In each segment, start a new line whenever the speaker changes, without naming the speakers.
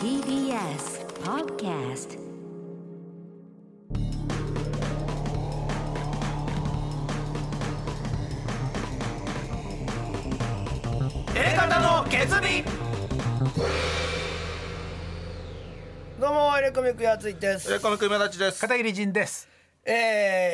TBS Podcast
方の決意
どうもエレコミックやついです
え、この組み立ちです。
片桐仁です。
えー、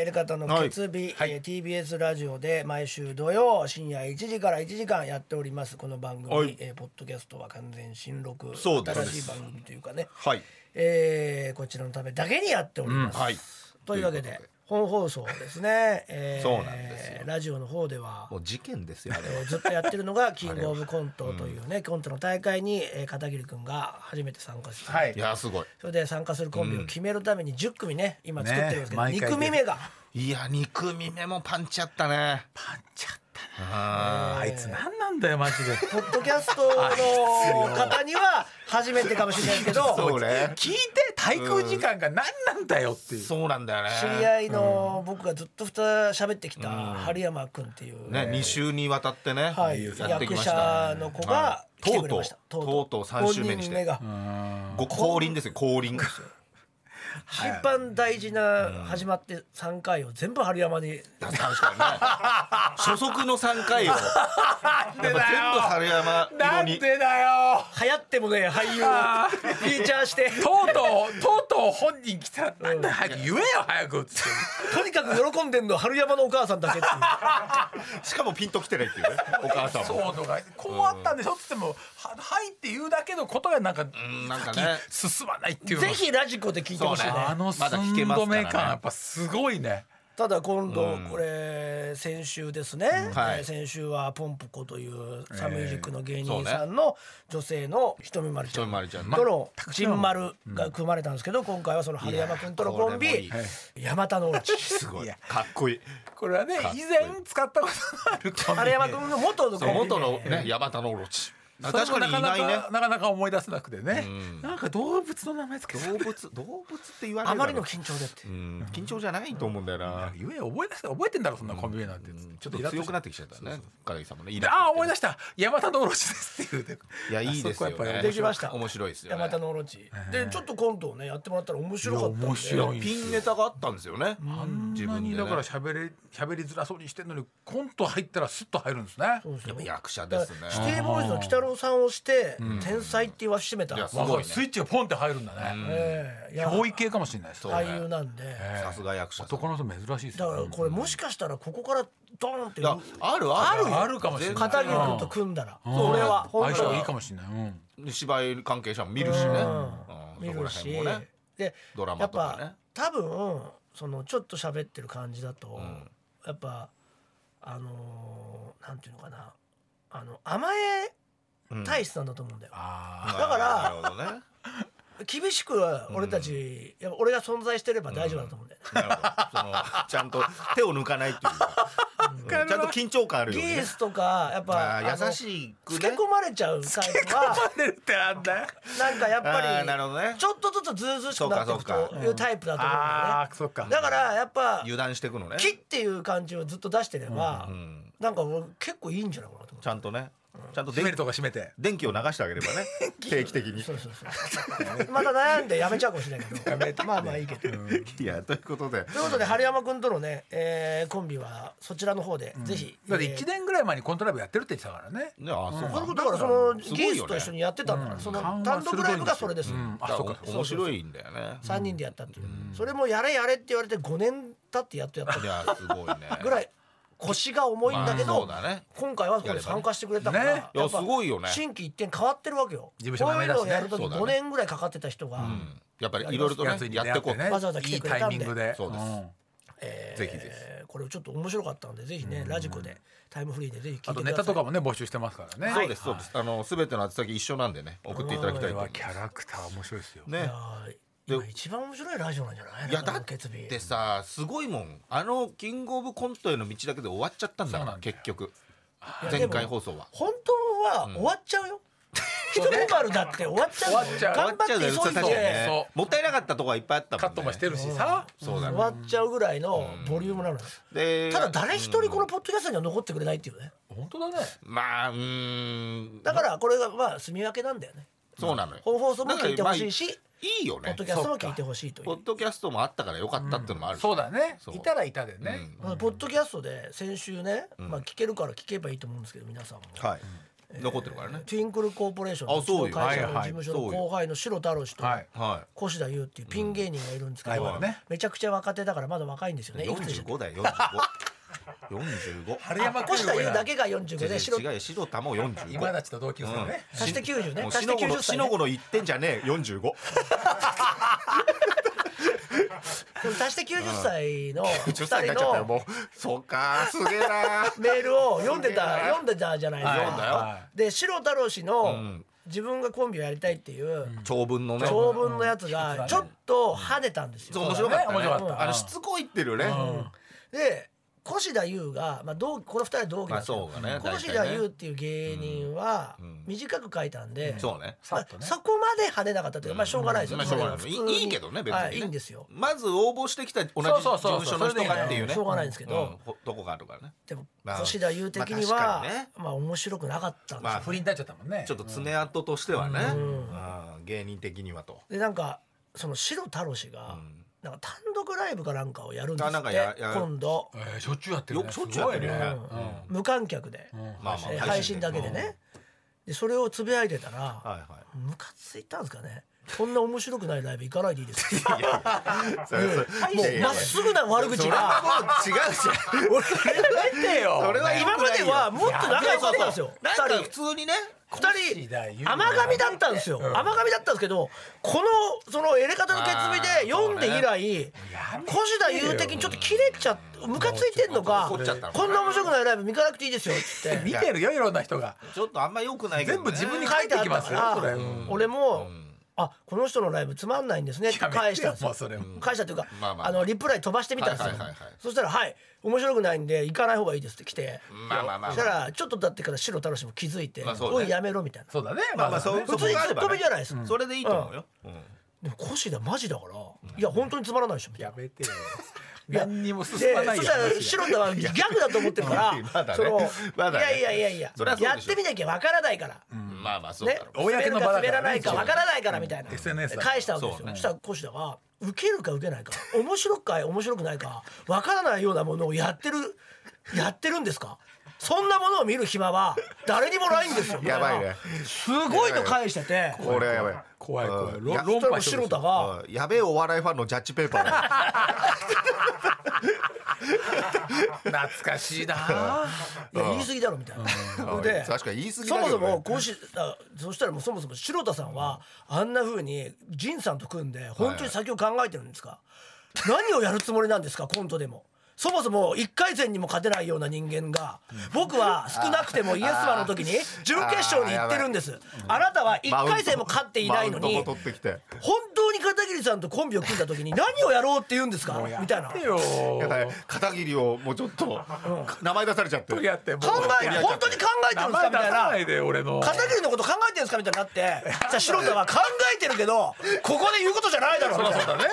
エレカタの決日、
はい
えー TBS ラジオで毎週土曜深夜1時から1時間やっておりますこの番組、
はい
えーポッドキャストは完全新録
そうです
新しい番組というかね、
はい。
えーこちらのためだけにやっております、
はい。
というわけで本放送です ね、えー
そうなんですよ
ラジオの方では
もう事件ですよ、 あれ
えーずっとやってるのがキングオブコントというね、コントの大会に、えー片桐くんが初めて参加して、
はい
い。や、すごい。
それで参加するコンビを決めるために10組ね今作ってるんですけど、
ね
2
毎回
組目が
いや、肉見目もパンチあったね。
パンチあった
あ
な。あいつ何なんだよマジで。
ポッドキャスト の方には初めてかもしれないですけど
ー そうね。
聞いて対空時間が何なんだよっていう。
そうなんだよね。
知り合いの僕がずっとふた喋ってきた春山くんっていう、
ね、二週にわたってね、
はい
やってき
役
ました
者
ね。
の子
は
が
い
来て
と
くれ
うとう
ました、
とうとう三週目にし
本人目
て、
が
ご降臨ですよ、降臨。
一番大事な始まって3回を全部春山に
確かにね。所属の三回を、やっぱ全部春山
な
色
んで
に。
だよ。
流行ってもね俳優 をフィーチャーして
とうとうとうとう本人来たらなんだよ早く言えよ早くっつって。
とにかく喜んでんのは春山のお母さんだけって いう。
しかもピンときてないっていうね、お母さん
そ
も。
うとかこうあったんでしょっつってもははいって言うだけのことがなんか
んなんか
先
ね
進まないっていうの
ぜひラジコで聞いてほしいね
そうね
あの寸
まだ聞けます
止
から
め
ね
感やっぱすごいね。
ただ今度これ先週ですね、
はい
えー先週はポンポコというサンミュージックの芸人さんの女性のひとみまるちゃ
ひとみまる
ん
ちゃ
と
ん
のちんまるが組まれたんですけど今回はその春山君とのコン
いやこれもい
ビ
い
山田のう ち
すごい。かっこいい。
これはね
かっこいい
以前使ったことのあるコンビ
春山君の元のコンビ名
元のね、ヤマタノオロチ。
そ
確
れも
かにいないね
なか。なかなかなか思い出せなくてね、なんか動物の名前つけてた
動物、動物って言われ
あ
るだ
ま
ろ
りの緊張でって
う、ん緊張じゃないと思うんだよな。
ゆえ覚え出せ覚えてんだろそんなコンビ名なんて、
ちょっと強くなってきちゃったね。片木さんもね。イラッと
ああ
して
思い出した山田のおろしですっていうね
いや、いいですよ
あそこはや
ね。
っぱり
できました
面白いですよね。
山田のオロチ、でちょっとコントをねやってもらったら面白かったんで
いや面白い
ピンネタがあったんですよね。
あんなにだから喋れ喋りづらそうにしてんのにコント入ったらスッと入るんですね
そうです
や
よ
っぱ役者
だ
で
か
す
らシ
ね。
ティボーイズの鬼太郎さんをして天才って言わしめた、
いや
わか
すごい
る
ね
スイッチがポンって入るんだね、
えーいや
憑依系かもしれないです
そう
俳優なんで、
さすが役者さん。
男の人珍しいです
だから
よ
これもしかしたらここからドーンって
いやあるある
あるかもしれない
片桐
全
君と組んだら
うん
それは
相
本当
性い
に
いかもしれない、うん、
然芝居関係者も見るしね。うん
見るし
そこら辺もね
で
ドラ
や
マ
っ
とかね
ぱ。多分そのちょっと喋ってる感じだと
ん
やっぱあのーなんていうのかなあの甘え体質なんだと思うんだよ
あ
だ
だから
なるほどね。
厳しくは俺たちやっぱ俺が存在してれば大丈夫だと思うんだよね
なるほどそのちゃんと手を抜かないっていうか、うんちゃんと緊張感あるように
ゲー
ね。
スとかやっぱ
あー優しく
つ
ね
け込まれちゃうタイプは
出るってなんだよ
なんかやっぱ
あー
り
なるほどね
ちょっとずつずうずうしくなっていく
そうか
と
そう
いうタイプだと思うんだ
あ
よ
あそっか
ね。だからやっぱ
油断していくのね
「き」っていう感じをずっと出してれば
ん
なんか俺結構いいんじゃないかなと思っ
ち
て。
ゃんとねちゃんと
閉め
電
るとか閉めて
電気を流してあげればね定期的に
そうそう そう。また悩んでやめちゃうかもしれないけど。まあまあいいけど。という
いやということで
ことで春山君とのね、えーコンビはそちらの方でぜひ。
だって
えー
1年ぐらい前にコントライブやってるって言ってたからね。
ねあそう
そういうこ
か
とだからその
すごいよね
ゲストと一緒にやってたんだからその
勘は
単
鋭いんですよ
独ライブがそれです
うんあ
だ
そう
か
から
お面白いんだよね
3人でやったっていうそれもやれやれって言われて5年経ってやっとやった
いやすごいね
ぐらい腰が重いんだけど、
まあそうだね
今回はこれ参加してくれたから、
やればね
ねいやすごいよね
新規一点変わってるわけよ
事務所
こ
の
うい
名前出す
うのを
ね
やるとき
そうだね
5年ぐらいかかってた人が、
うんやっぱりいろいろとね
やつに出
や
会
っ
ってて
いこう
ね。
わざわざ来
い
て
い
くれたん
タ
で
イミングで。
そうです
ん
えー
ぜひぜ
これちょっと面白かったんでぜひね、ラジコでタイムフリーでぜひ聞
あと
いてくださ
ネ
い
タとかもね募集してますからね。
そうですそうですあのすべての宛先一緒なんでね送っていただき
こ
た
れ
いと思
はいキャラクター面白いですよ。
ますね
あー今一番面白いラジオなんじゃない
いや
中野
だ
の
っ
決日
てさすごいもんあのキングオブコントへの道だけで終わっちゃったんだか
そう
ら
なんだよ
結局
や
前回放送は
本当は終わっちゃ うよ、ひとみまるだって終わっちゃう
終
よ
わっちゃう
頑張って
終わ
急
っ
い
ちゃうよね確
で
かにね
そ
もったいなかったとこはいっぱいあったもんね
カットもしてるしさ。
そうだ
終
ね
わっちゃうぐらいのボリュームなのよ、
で
ただ誰一人このポッドキャストには残ってくれないっていうね、
うん
本当だね
まあうーん
だからこれがまあ住み分けなんだよね
そうなのよ
本放送も聞いてほしいし、
いいよ
ポッ
ね
ドキャストも聞いてほしいという
ポッドキャストもあったからよかったっていうのもあるし、
そうだね
そう
いたらいたでね、
まあポッドキャストで先週ね、まあ、聞けるから聞けばいいと思うんですけど皆さんも、
はい、残ってるからね、
トゥインクルコーポレーション
あそうよ
うちの会社の
はい
事
はい
務所の後輩の白太郎氏と
はい
は
越田優っていうピン芸人がいるんですけど、
うんライバルね
めちゃくちゃ若手だからまだ若いんですよね
い
いくつでしたっけ
45だよ4545
春山君
越田優だけが45で白
違うよ白田も45
今立ちと同級生のね、
足して90ね
もう
足して90歳ね
しのごの言ってんじゃねえ45
でも足して90歳の
10歳に
2
なっちゃっ
人
たよ
の
もうそうかすげえな
メールを読んでた読んでたじゃないですか。
読んだよ
は
で白太郎氏
う
の
ん
自分がコンビをやりたいっていう
長文のね
長文のやつがちょっと跳ねたんです
そう
よ
面。白かった,、ね
面白かった
あのしつこいってるよね、
で越田優が、まあ、同期この二人は同期だ
まあ
け
そ
ど
うかね大
越
体
田
ね
優っていう芸人は
ん
短く書いたんで、
そうね
まあそこまで跳ねなかったというか、まあ、しょうがないですよ、
まあしょうがない
そ
い
れは普通に
いいいけどね別にね、
はい、いいんですよ。
まず応募してきた同じ
そう
事
そうそう
務
そ
所
う
の人がっていう
いや
ね
しょうがないんですけど、
うんほどこがあるからね
でも
まあ
越田優的に
まあ
は、まあ
確かにね
面白くなかったんですよ、
まあ
い、不倫になっちゃったもんね
ちょっと爪痕としてはね、
う
うん芸人的にはと。
でなんかその白太郎氏が、
ん
なんか単独ライブかなんかをやるんです
あな
っ
んか
て
ややる
今度
えーしょっちゅうやってるね
よくしょっちゅうやってるよね
すごい
無観客で、
うん
まあまあ
えー配信だけでね、でそれをつぶやいてたら、
うんはいは
ムカついたんですかねこんな面白くないライブ行かないでいいですよ
い。それそれ
も
いうや
まっすぐな悪口
それは
が
もう違うじ
俺
てよ
それは
今まではもっと仲良かったんですよ
ゃん。なん
2
か普
人
通にね。
二
越田優
人甘噛みだったんですよ
ん
甘噛みだったんですけどこのそのエレカタの決
あ
意
ー
で読んで以来
やめてよ
越田優的にちょっと切れちゃってムカついてんのか
もうちょっと怒っちゃったのかな
こんな面白くないライブ見かなくていいですよっ
見
て
てるよいろんな人が
ちょっとあんま良くないけど、
全
ね。
部自分に
書
書
い
い
て
て
あっ
き
た
ますよ
か
それ
ら俺もあこの人のライブつまんないんですねって返したんです
も
よ
うそれも
返したというか、
まあ
あ
まあ
のリプライ飛ばしてみたんですよ、
はいはいはいはい
そしたら「はい面白くないんで行かない方がいいです」って来て、
まあまあまあ
そしたらちょっとだってから白太郎氏も気づいて「
まあそうね
おいやめろ」みたいな
そうだね
まあまあそう
だね
普通にツッコミじゃないですか、
それでいいと思うよ。うん
でも腰だマジだから、いや本当につまらないでしょみたいな
や。めてよ
いや
何にも進
で
まない
そ
よ
したら
話が
白田はギャグだと思ってるから、
まだね
その、
まだ
いや
ね
いやいやいや
そりゃそうでし
や
ょ
ってみなきゃわからないから、
まあまあそうだ
ね
ろう。
公の場だからね
滑るか滑らないかわからないからみたいな、
うん SNS だから
返したわけですよ
そう
そ,、
ね
したら腰田が受けるか受けないか面白くか面白くないかわからないようなものをやってるやってるんですかそんなものを見る暇は誰にもないんですよみた
や
いな
ばいね。
すごいの返してて
これはやばい。
怖い怖い
うん
ロ
や
論
そしたら
破してほし
白
い
田が
うんやべえお笑いファンのジャッジペーパーだ。
懐かしいな
いや言い過ぎだろみたいな。
うん
で
確かに言い過ぎだ
そ
けど
も
ね
そもこうしあそしたらもうそもそも城田さんはあんな風に仁さんと組んで本当に先を考えてるんですか。何をやるつもりなんですかコントでも。そもそも1回戦にも勝てないような人間が僕は少なくてもイエスマの時に準決勝に行ってるんですあなたは1回戦も勝っていないの
マウ
に
ントも取ってきて。
本当に片桐さんとコンビを組んだ時に何をやろうって言うんですかみたいな
やめてよ
やばい片桐をもうちょっと名前出されちゃって。
やってもう
考え本当に考えて
名
るんです
前
かみ
出
た
さ
いな
ないで俺の
片桐のこと考えてるんですかみたいになってじゃあ素人は考えてるけどここで言うことじゃないだろみたいな
だね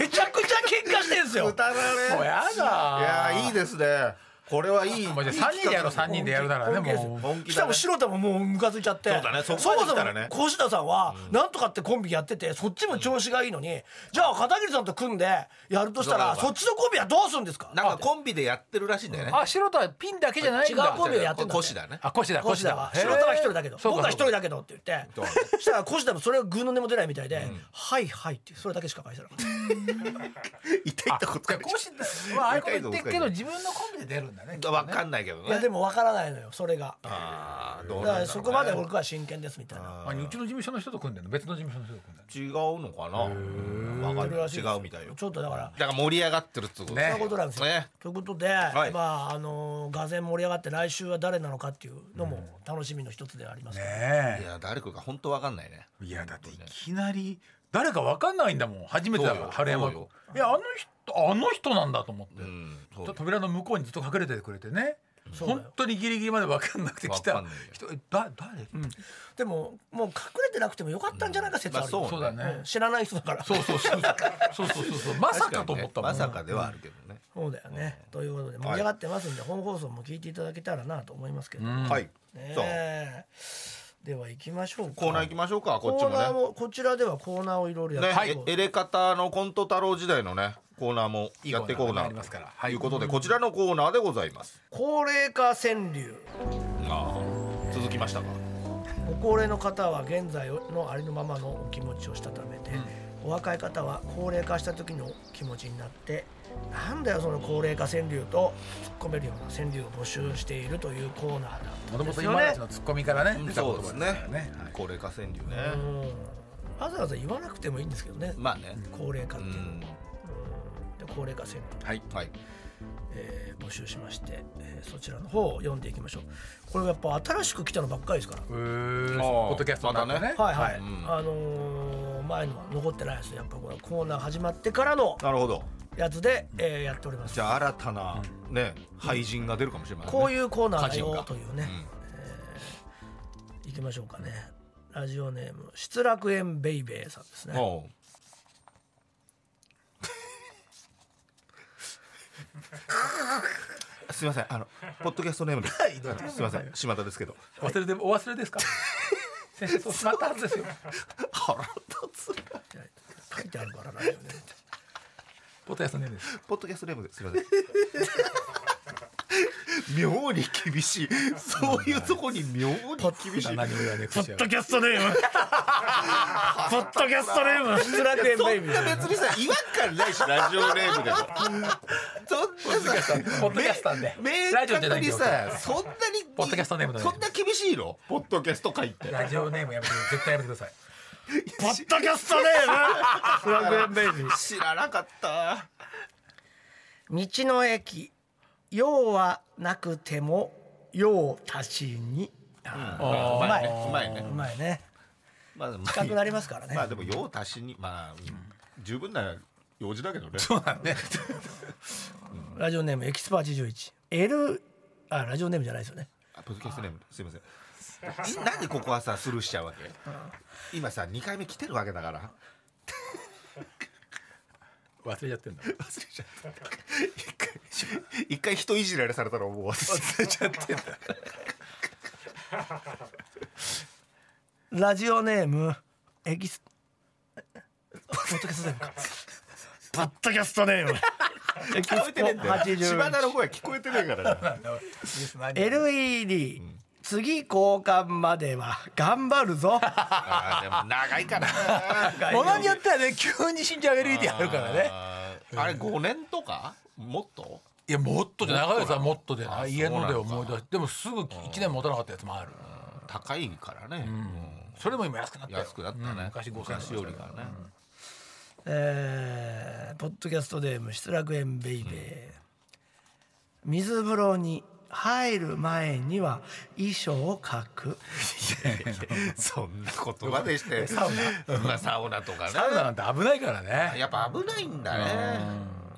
めちゃくちゃ喧嘩してるんですよ
歌われ
もうや
いや
だ
ーいいですね。これはいい。
もうじゃあ3人でやろう3人でやるならね
本気です
もう
本気
しか
だ、
も
ね。
素人ももうムカついちゃって
そうだねそ
そ
こ
もそ
まで来た
も
らね
越田さんはなんとかってコンビやっててそっちも調子がいいのにじゃあ片桐さんと組んでやるとしたら
そうだ
そっちのコンビはどうするんですか
なんかコンビでやってるらしいんだよね。
あ白田はピンだけじゃないんだ
違うコンビをやってんだって
腰だね。
あ腰だ
越
腰
田
だ
は
へー
素人は一人だけど
そうか
僕は一
そう
人
か
だけどって言って
そうだ
そしたら越田もそれはぐうの音も出ないみたいで「はいはい」ってそれだけしか返せなかった
行った行ったことない。
腰だまあああいうこと言ってるけど自分のコンビで出るんだね
わかんないけどね。
いやでもわからないのよそれがだか
あーどうなんだろう、
ら
ね。
そこまで僕は真剣ですみたいな
あうちの事務所の人と組んでるの別の事務所の人と組んでる
違うのかな。わかる。違うみたいよ。
ちょっとだから
だから盛り上がってるってこと
ね
そんなことなんですよ
ね。
ということで
い
まああのーがぜん盛り上がって来週は誰なのかっていうのも楽しみの一つではあります
い
ね
や誰かが本当わかんないね。
えいやだっていきなり誰かわかんないんだもん初めてだか
そう
ら
よ
春山
そう
君
よ
いやあの人あの人なんだと思って
うん。
ちょっと扉の向こうにずっと隠れててくれてね
そうだよ
本当にギリギリまで分かんなくて来
わか
た
んないよ
人えだ誰、うん、
でももう隠れてなくてもよかったんじゃないか説あるよ、
まあ
そうだ
うん
ね
知らない人だから
そうそうそうそうそうそうそうまさかと思ったもん、
まさかではあるけどね、
そうだよね、ということで盛り上がってますんで、本放送も聞いていただけたらなと思いますけど、ね
はいそう
えでは行きましょうか
コーナー行きましょうかこっ
コ
ちも
ーナー
ね
もこちらではコーナーをいろいろや
ね、
っていこう
えエレカタのコント太郎時代のねコーナーもやっていこう
いコーナ
ない
ーがありますからはい
ということでこちらのコーナーでございます、
高齢化川柳
あー続きましたか
ご高齢の方は現在のありのままのお気持ちをしたためて、お若い方は高齢化した時の気持ちになってなんだよその高齢化川柳と突っ込めるような川柳を募集しているというコーナー
も
な
と
ん
も
で
と
すよ
今
ね
たちのツッコミからね、出た言
そ
葉
うです
か
ね
らねはい
高齢化川柳ね、
うんわざわざ言わなくてもいいんですけどね、
まあね
高齢化っ
う
ていうのは
ん
で高齢化戦略、
はい
はい
えー募集しまして、えーそちらの方を読んでいきましょうこれやっぱ新しく来たのばっかりですから
うーん
あー
ポッドキャストなんかね
はいはい、
うん
あのー前のは残ってないですやっぱこのコーナー始まってからの
なるほど
やつで、えーやっております
じゃあ新たなね廃人が出るかもしれませんね
こういうコーナーだ
歌人
よ
が
というね、えー行きましょうかねラジオネーム失楽園ベイベーさんですね
おうすみません、あのポッドキャストネームです。すみません、島田ですけど。
忘れてお忘れですか先生そうしまったはずですよ
腹立つ。
書いてあるからラジオネーム
ポッドキャストねです
ポッドキャストネームです。すみません。妙に厳しい。そういうとこに妙に厳しい。
何を言わねくちゃ
キャストネ ームポッドキャストネーム失楽園
そ
ベイ
ん
ビー
な別にさ違和感ないしラジオネームでもそんなさ
ポッドキャスターで
明
ラジオじゃな
確
いん
に
で
さそんなに
ポッドキャストネームだね
そんな厳しいのポッドキャスト会って
ラジオネームやめて絶対やめてください
ポッドキャストネーム楽園ベイビー
知らなかった
道の駅用はなくても用足しに
うまいね
う
うまいね
うまいね
まあでも
近くなりますからね
まあでも用足しにまあうん十分な用事だけどね
そうなんね
ラジオネームエキスパー81 L あラジオネームじゃないですよね
あポッドキャストネームすいませんいなんでここはさスルーしちゃうわけ今さ二回目来てるわけだから
忘れちゃってんだ
忘れちゃった一回一回人いじられされたらもう忘れちゃってんだ
ラジオネームエキスポッドキャストネームかポッドキャストネームエキス
聞こえてねえんだよ柴田
81
の声聞こえてねえから ね
LED 次交換までは頑張るぞ
あーでも長いからな
ものによってはね急に死んじゃう LED あるからね
あーあれ五年とかもっと
いやもっとじゃ長いさもっとで
あ
家
そう
の
な
で
のか
思い出しでもすぐ1年持たなかったやつもある
高いからね、
それも今安くなっ
うん
たよ
安くなったね、
うん昔5000円
昔よりかね、
えーポッドキャストネーム失楽園ベイベー、水風呂に入る前には衣装を書く
そんな言葉でして サウナ,、まあ、サウナとかね
サウナなんて危ないからね
やっぱ危ないんだねや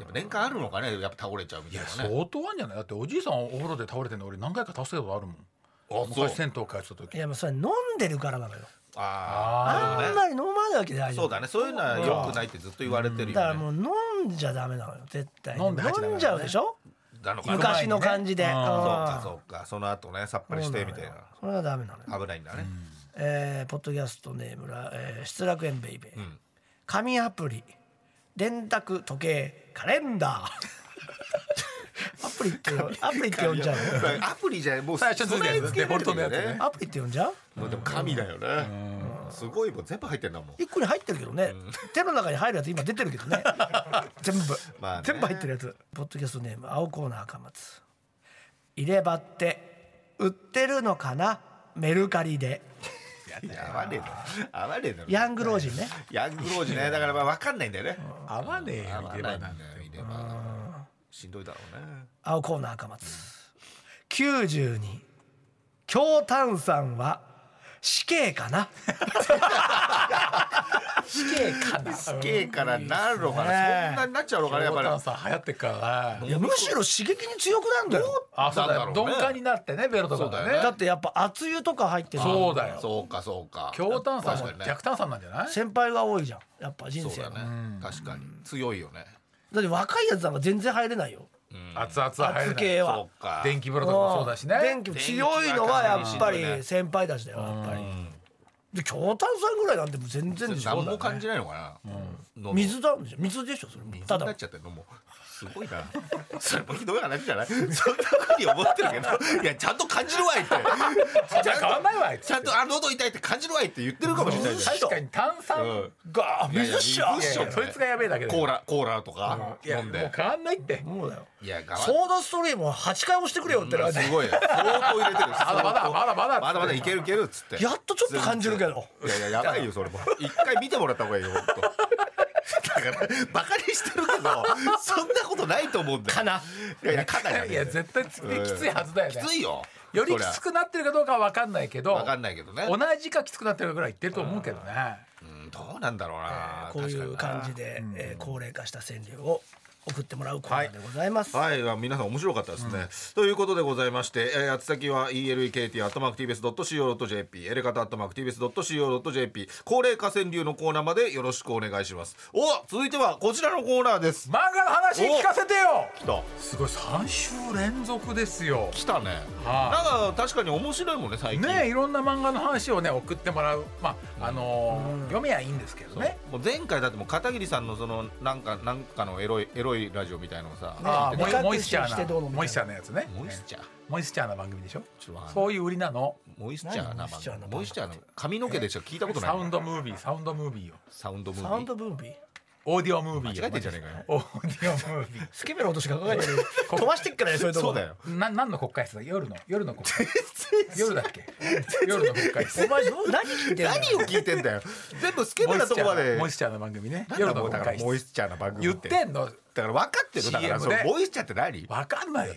っぱ年間あるのかねやっぱ倒れちゃうみたいなね
相当あんじゃないだっておじいさんお風呂で倒れてんの俺何回か倒したことあるもん
あそう
昔銭湯帰ってた時
いやもうそれ飲んでるからなのよ
あ
あ
あんまり飲まないわけで大
ー
丈夫
そうだねそういうのは良くないってずっと言われてるよね
だからもう飲んじゃダメなのよ絶対に
飲んで入っちゃダメだね
飲んじゃうでしょ
なのかな
昔
昔の感じで、
うん
ん
そうかそうかその後ねさっぱりしてみたいな
それはダメなのよ
危ないんだね、
えーポッドキャストネームら、えー失楽園ベイベー、
ん
紙アプリ電卓時計カレン ダーアプリってアプリって呼んじゃう
アプリじゃもう
最初についてるやつ
備え付け
デ
れてるよ
フォルトのやつ
アプリって呼んじゃう
もうでも神だよね、すごいもう全部入ってんだもん
一個に入ってるけどね、手の中に入るやつ今出てるけど ね全部、
まあね
全部入ってるやつポッドキャストネーム青コーナー赤松入れ歯って売ってるのかなメルカリで
やばねえだろ合わねえだろ
ヤング老人ね
ヤングロージねだからまあ分かんないんだよね
合わねえよ
合わ
入れ
ない
歯
ん
な
だよ
んて
入れ歯しんどいだろうね
青コーナー赤松92強炭酸は死刑かな
死刑かな
死刑からなるのかな、
ねえ
そんなになっちゃうのかなやっ
ボ
ぱ
タ
り
ンさん流行ってっからね
いやむしろ刺激に強くなるんだよ
あそうだよ
なんだろうね
鈍感になってねベロとか
そう
が
だよ
ね
だってやっぱ熱湯とか入ってる
そうだよ
そうかそうか
強炭酸
確
も
かにね
弱炭酸なんじゃない
先輩が多いじゃんやっぱ人
そう
生
だ
のだ,、
ね、確かに強いよね
って若いやつなんか全然入れないよ
熱々は入
熱
れ
系
ない
は
そうか
電気風呂とかもそうだしね
電気強いのはやっぱり先輩たちだよやっぱりで京丹さんぐらいなんてもう全然でしょ
何も感じないのかな、飲む
水だ水でしょそれも
水
た
にな
だ
っちゃってるのもうすごい なそれもひどい話じゃないそんなふうに思ってるけどいやちゃんと感じるわいって
じゃ変わんないわあいつ
ちゃんとあ喉痛いって感じるわいって言ってるかもしれないじゃん
確かに炭酸
うん
があ
いやい
水
や
っしょ
水っしょ
いやいやそいつがやべえだけで
コーラコーラとか
いや
飲
も
ん
う
で
変わんないって
そうだよ
いや我慢
ソーダストリームは8回押してくれよって感じ
すごいよ相当入れてる
まだまだまだまだ
まだまだいけるいけるっつって
やっとちょっと感じるけど
いやいややばいよそれも一回見てもらった方がいいよほんとだからバカにしてるけどそんなことないと思うんだよ
かない
やいやかなじゃね
い
えよ
や絶対つき
うん
きついはずだよね
きついよ
よりきつくなってるかどうかは分かんないけど
分かんないけどね
同じかきつくなってるかぐらいいってると思うけどね
うんどうなんだろうな
こういう
確かにな
感じで、えー高齢化した川柳を送ってもらうコーナーでございます、
はい、あ皆さん面白かったですね。ということでございまして、えー、宛先は elekt.mactvs.co.jp、エレカタ .mactvs.co.jp、高齢化川柳のコーナーまでよろしくお願いします。お続いてはこちらのコーナーです。
漫画の話聞かせてよ
来た。
すごい3週連続ですよ
来たね。
は
なんか確かに面白いもんね、最近。
ねえいろんな漫画の話をね送ってもらうまああのー読めやいいんですけどね
もう前回だってもう片桐さんのそのなんかなんかのエロいエロいラジオみたいのをさ、
ああ
ね
モイモイスチャ
目隠しして
ー
どうのみ
な
たいな
モイスチャーなやつね
モイスチャー、
モイスチャーな番組でしょ
ちょっとわかんない
そういう売りなの
モイスチャーな
何モイスチャーな番組
モイスチャーの髪の毛でしか聞いたことない
サウンドムービーサウンドムービーよ
サウンドムービー
サウンドブービー
オーディオムービーよ
間違えてんじゃねえかよ
オーディオムービー
スケベの音しか考えてない飛ばしてっからねそういうとこ
そうだよ
な何の国会室だ夜の夜の国会夜だっけ夜の国会室
お前どう何聞いてんの
何を聞いてんだよ全部スケベなとこまで
モイスチャーの番組ね
なん
夜
だ
の
もうだ
国
から
会
モイ
室
スチャーな番組
言
っ
っててんの
だから分かってるだから
CM
その
で
モイスチャーって何
わかんないよ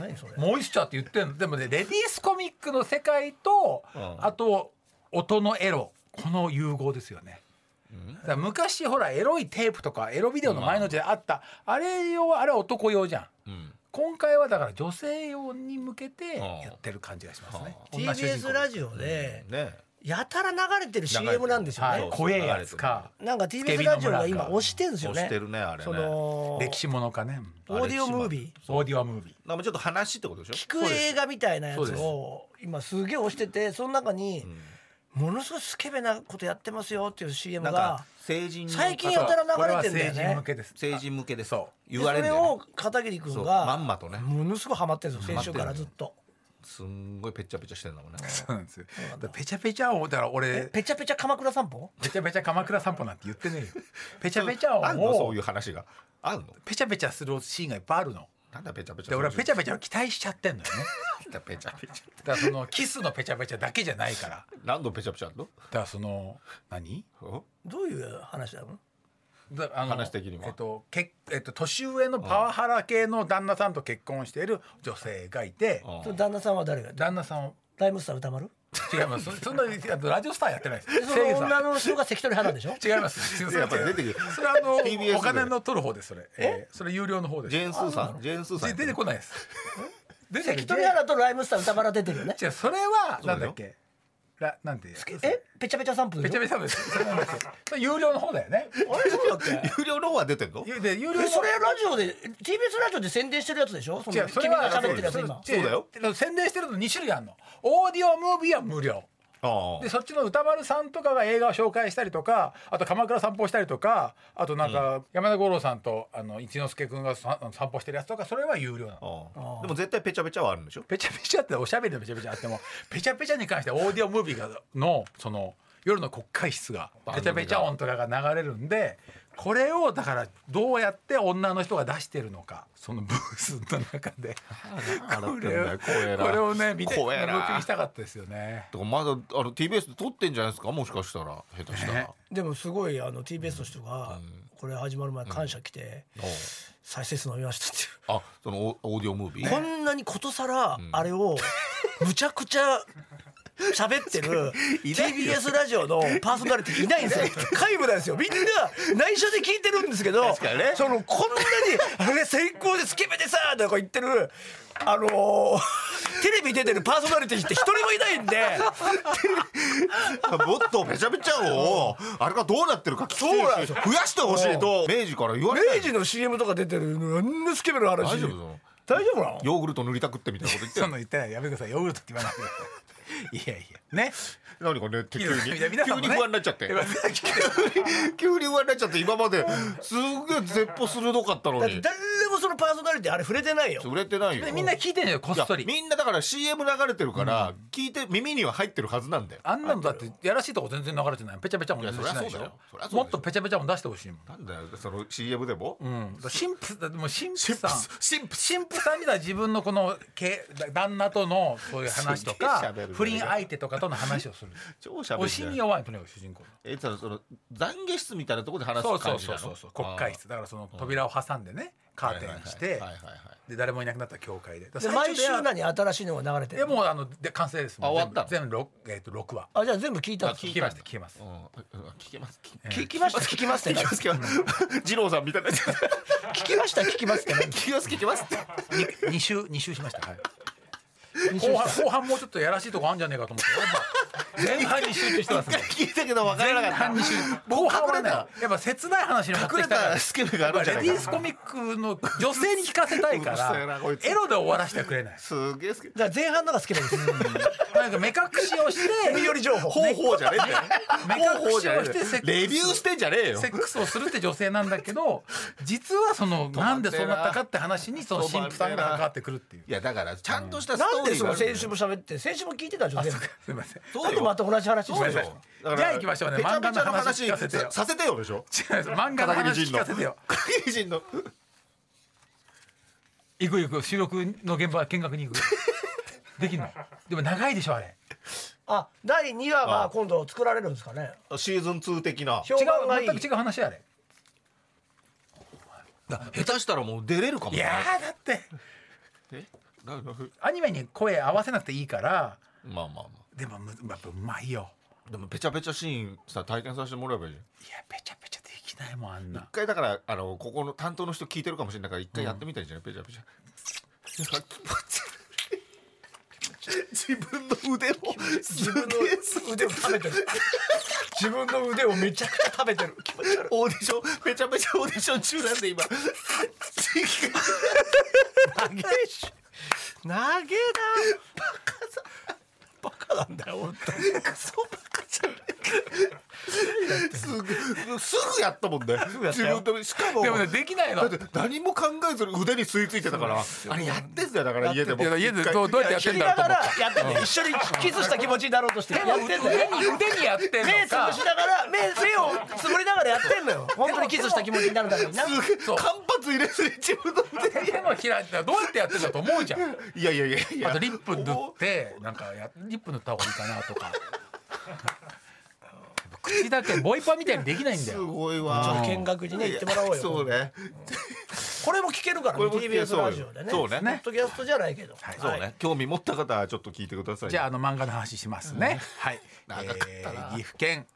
何それ
モイスチャーって言ってんのでもねレディースコミックの世界と、
うん
あと音のエロこの融合ですよね、だから昔ほらエロいテープとかエロビデオの前の時代あった、あれ用はあれは男用じゃん
うん
今回はだから女性用に向けて
ん
やってる感じがしますね、女主人公
TBS ラジオで
ね
やたら流れてる CM なんですよ
はい
そう
ね
そう
怖えやつか
なんか TBS ラジオが今押してんですよ
押
ね
してるねあれね
その
歴史ものかね
オーディオムービー
オーディオムービー
なんかちょっと話ってことでし
聞く映画みたいなや
そ
つ
うで
を今すげえ押しててその中に
ょ、うん
ものすごいスケベなことやってますよっていう CM
なん
が
か成人の
最近やたら流れてんだ
これは成
よね
人向けです
成人向けで
そ
言われるん
で
だ
それ
よね
を片桐君
そう
が
まんまとね
ものすごいハマってるんですよ先週からずっと
すんごいペッチャペチャしてんだもんね
そうなんですよだからペチャペチャをだから
え
俺
ペチャペチャ鎌倉散歩
ペチャペチャ鎌倉散歩なんて言ってねえよペチャペチャ
あんの
を
そういう話があんの
ペチャペチャするシーンがいっぱいあるの
なんだペチャペチャ
で俺はペチャペ
チ
チャを期待しちゃってんのよね
ャペチャペチャ
だからそのキスのペチャペチャだけじゃないからだか
何度ペチャペチャあんの
らその何
お
どういう話なの
だあの
話的には
えっとけえっと、年上のパワハラ系の旦那さんと結婚している女性がいて、
うん
その旦那さんは誰が
旦那さんを
ライムスター歌丸
違いますそそんなあのラジオスターやってないで
です その
声優さん
女の人が関取派なんでしょ
違います。
いややっぱり出てくる
それはあの
TBS で
お金の取る方ですそれ。えーそれ有料の方です。
ジェーンスーさんジェーンスーさ
で
ん
出てこないです。出て
関
こ
取
ない。
派だとライムスター歌丸は出てるよね
じゃそれは
だ
な
よ
んだっけ。らなんて
えペチャペチャ散歩で
めち
し
ゃ
ょ
めちゃです。それなんですそれ有料の方だよね。
あれそうだっけ
有料の方は出てんの
ゆで有料の
えそれラジオで TBS ラジオで宣伝してるやつでしょそ
違
の
うそれ
君が
は
喋ってるやつ今
そうだよ。
違う宣伝してるの二種類あるの。オーディオムービーは無料。
あ
でそっちの歌丸さんとかが映画を紹介したりとかあと鎌倉散歩したりとかあとなんか山田五郎さんとあの一之輔君がさ散歩してるやつとかそれは有料なの。
あでも絶対ペチャペチャはあるんでしょ
ペチャペチャっておしゃべりのペチャペチャあってもペチャペチャに関してはオーディオムービーがのその夜の国会室がペチャペチャ音とかが流れるんでこれをだからどうやって女の人が出してるのかそのブースの中 でこれをこれをね見て
怖え
録
な
音したかったですよね。
とかまだあの TBS で撮ってんじゃないですかもしかしたら下手したら、
ね
でもすごいあの TBS の人がこれ始まる前感謝来て
おう
再生数伸びましたっていう
あそのオオーディオムービー
こんなにことさらあれをむちゃくちゃ喋って る
いないよ
TBS ラジオのパーソナリティいないんですよ皆無なんですよみんな内緒で聞いてるんですけど、
確かにね
そのこんなに「あれ最高でスケベでさ」とか言ってるあのーテレビ出てるパーソナリティって一人もいないんで
もっとべちゃべちゃ をあれがどうなってるか聞きたい
そうなんで
し
すよ
増やしてほしいと明治から言われた
明治の CM とか出てるのにあんなスケベの話
大丈夫なの
大丈夫なの
ヨーグルト塗りたくってみたいなこと言って
そ
る
の言ったらやめてくださいヨーグルトって言わないでくださいいやいやね
何かね急に
いや皆さ
急
んも
に
ね
不安になっちゃって
いや皆さん聞いて
急に不安になっちゃって今まですげえ絶歩鋭かったの
だって
に
誰もそのパーソナリティあれ触れてないよ
売れてないよ
みんな聞いてんのよこ
いや
っそり
みんなだから CM 流れてるから聞いて耳には入ってるはずなんだよ
あんなのだってやらしいとこ全然流れてないペチャペチャも全然しないでし
いやそりゃそうだよそりゃそ
ょ
うでしょ
もっとペチャペチャも出してほしいもん
なんだよその CM でも
うん、神父だってもう神父さん
神父
神父さんみたいな自分のこのけ旦那とのそういう話と
す
か
げえ喋るね
不倫相手とかとの話をする
超しゃべ
お
る
尻に
じゃん
弱いとにかく主人公
えそのその懺悔室みたいなところで話
そう
す
そ
感
う
じ
そ
な
う
の
そうそう国会室だからその扉を挟んでねカーテンにして
はいはいはいはいはいはい
で誰もいなくなった教会でだか
で
ら最
毎
初で
週何新しいのが流れて
いや
る
もうあので完成ですもん
あ終わったの
全部全部六えっと六話
あじゃあ全部聞いたんですか
聞きました聞きます
うんうん聞けます聞
聞きました聞きました
聞きます聞きます 二郎さんみた いな聞
聞きました聞きますって
きます聞きま すって
に二週二週しましたはい後半後半もうちょっとやらしいとこあるんじゃねえかと思ってやっぱ前半に集中してますね
聞いたけど分から
前
なか
半
っ
に集中後半は
隠れ
ね
た
やっぱ切ない話に持って
隠れ
きたから
たスケベがあるんじゃない
レディース
か
コミックの女性に聞かせたいか
うるさい
ら
なこいつ
エロで終わらせてはくれない
すげえスケベ
だから前半のが好きなんです
なんか目隠しをして
身寄り情報
方法じゃねえんだよ
目 隠
方法
し
じゃね
をし
え
て
んだ
セッ
よ
ク
レビューしてんじゃねえよ
スセックスをするって女性なんだけど実はそのなんでそうなったかって話にその神父さんが関わってくるっていう
いやだからちゃんとしたスト
なん
ー
で
リー
そ
があ
の
るだよ
先週も喋って先週も聞いてたじゃん全部
すいません
そ
なん
うよ
でまた同じ話
そ
し
う
て
よ
るの
だから
じゃあ行きましょうね
ペチャペチャ
漫
の
画の話聞かせてよ
ささせてよでしょ
違う漫画の話聞かせてよ
片桐仁の
行く行く収録の現場見学に行くできんのでも長いでしょあれ
あ第2話
あ
が今度作られるんですかね
シーズン2的な
評
違
判がいうい
全く違う話あれ
下手したらもう出れるかも
い
ね
やーだって
え なな
アニメに声合わせなくていいから
まあまあま
でもむやっぱうまいよ
あでもペチャペチャシーンさ体験させてもらえばいいじゃん
いやペチャペチャできないもんあんな
一回だからあのここの担当の人聞いてるかもしれないから一回やってみたいじゃん、ペチャペチ ャ自分の腕を
自分の腕を食べてる自分の腕をめちゃくちゃ食べてる気持ち悪い
オーディションペチャペチャオーディション中なんで今
長えし長えなバカだバカなんだよ本当に
すぐすぐやったもんね
やった
自
よ
分のしかも
でもねできないの
だって何も考えずに腕に吸い付いてたからあれやってんだよだから家でも
いや家でどうどうやってやって
聞
ん
き
だろ
な
うと思
がら
って
やってんだよ一緒にキスした気持ちになろうとしてやってんだ
腕
よ
に腕にやってんの
目つぶ
か
しながら目目をつぶりながらやってんのよ 本当にキスした気持ちになるためにな
間髪入れずに自分の腕に
手のひらってどうやってやってんだと思うじゃん
いやいやいやいや
あとリップ塗ってなんかやリップ塗った方がいいかなとか口だけボイパみたいにできないんだ
す
よ
ごいわ
見学にね行ってもらおうよ
そうね
これも聞けるからね
これも聞け
TBS ラジオでね
そうね
ポッドキャストじゃないけど
そうね、
はい
興味持った方はちょっと聞いてください
じゃああの漫画の話しますね、はい
長かったな
えー岐阜県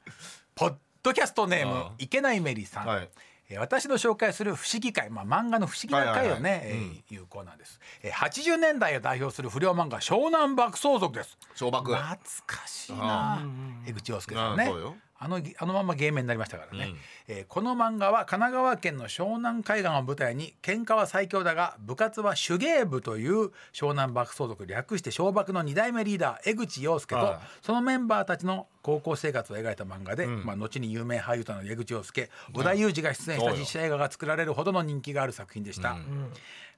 ポッドキャストネー
ああ
ムいけないメリーさん、
はい
えー私の紹介する不思議会、まあ、漫画の不思議な会をね、
はいはいはい
えー有効なんです、えー、80年代を代表する不良漫画湘南爆走族です
小爆
懐かしいな江口洋介さんね
ああそうよ
あのあのまま芸名になりましたからね、えーこの漫画は神奈川県の湘南海岸を舞台に喧嘩は最強だが部活は手芸部という湘南爆走族略して湘爆の2代目リーダー江口洋介と
ああ
そのメンバーたちの高校生活を描いた漫画で、まあ、後に有名俳優となる江口洋介織田裕二が出演した実写映画が作られるほどの人気がある作品でした。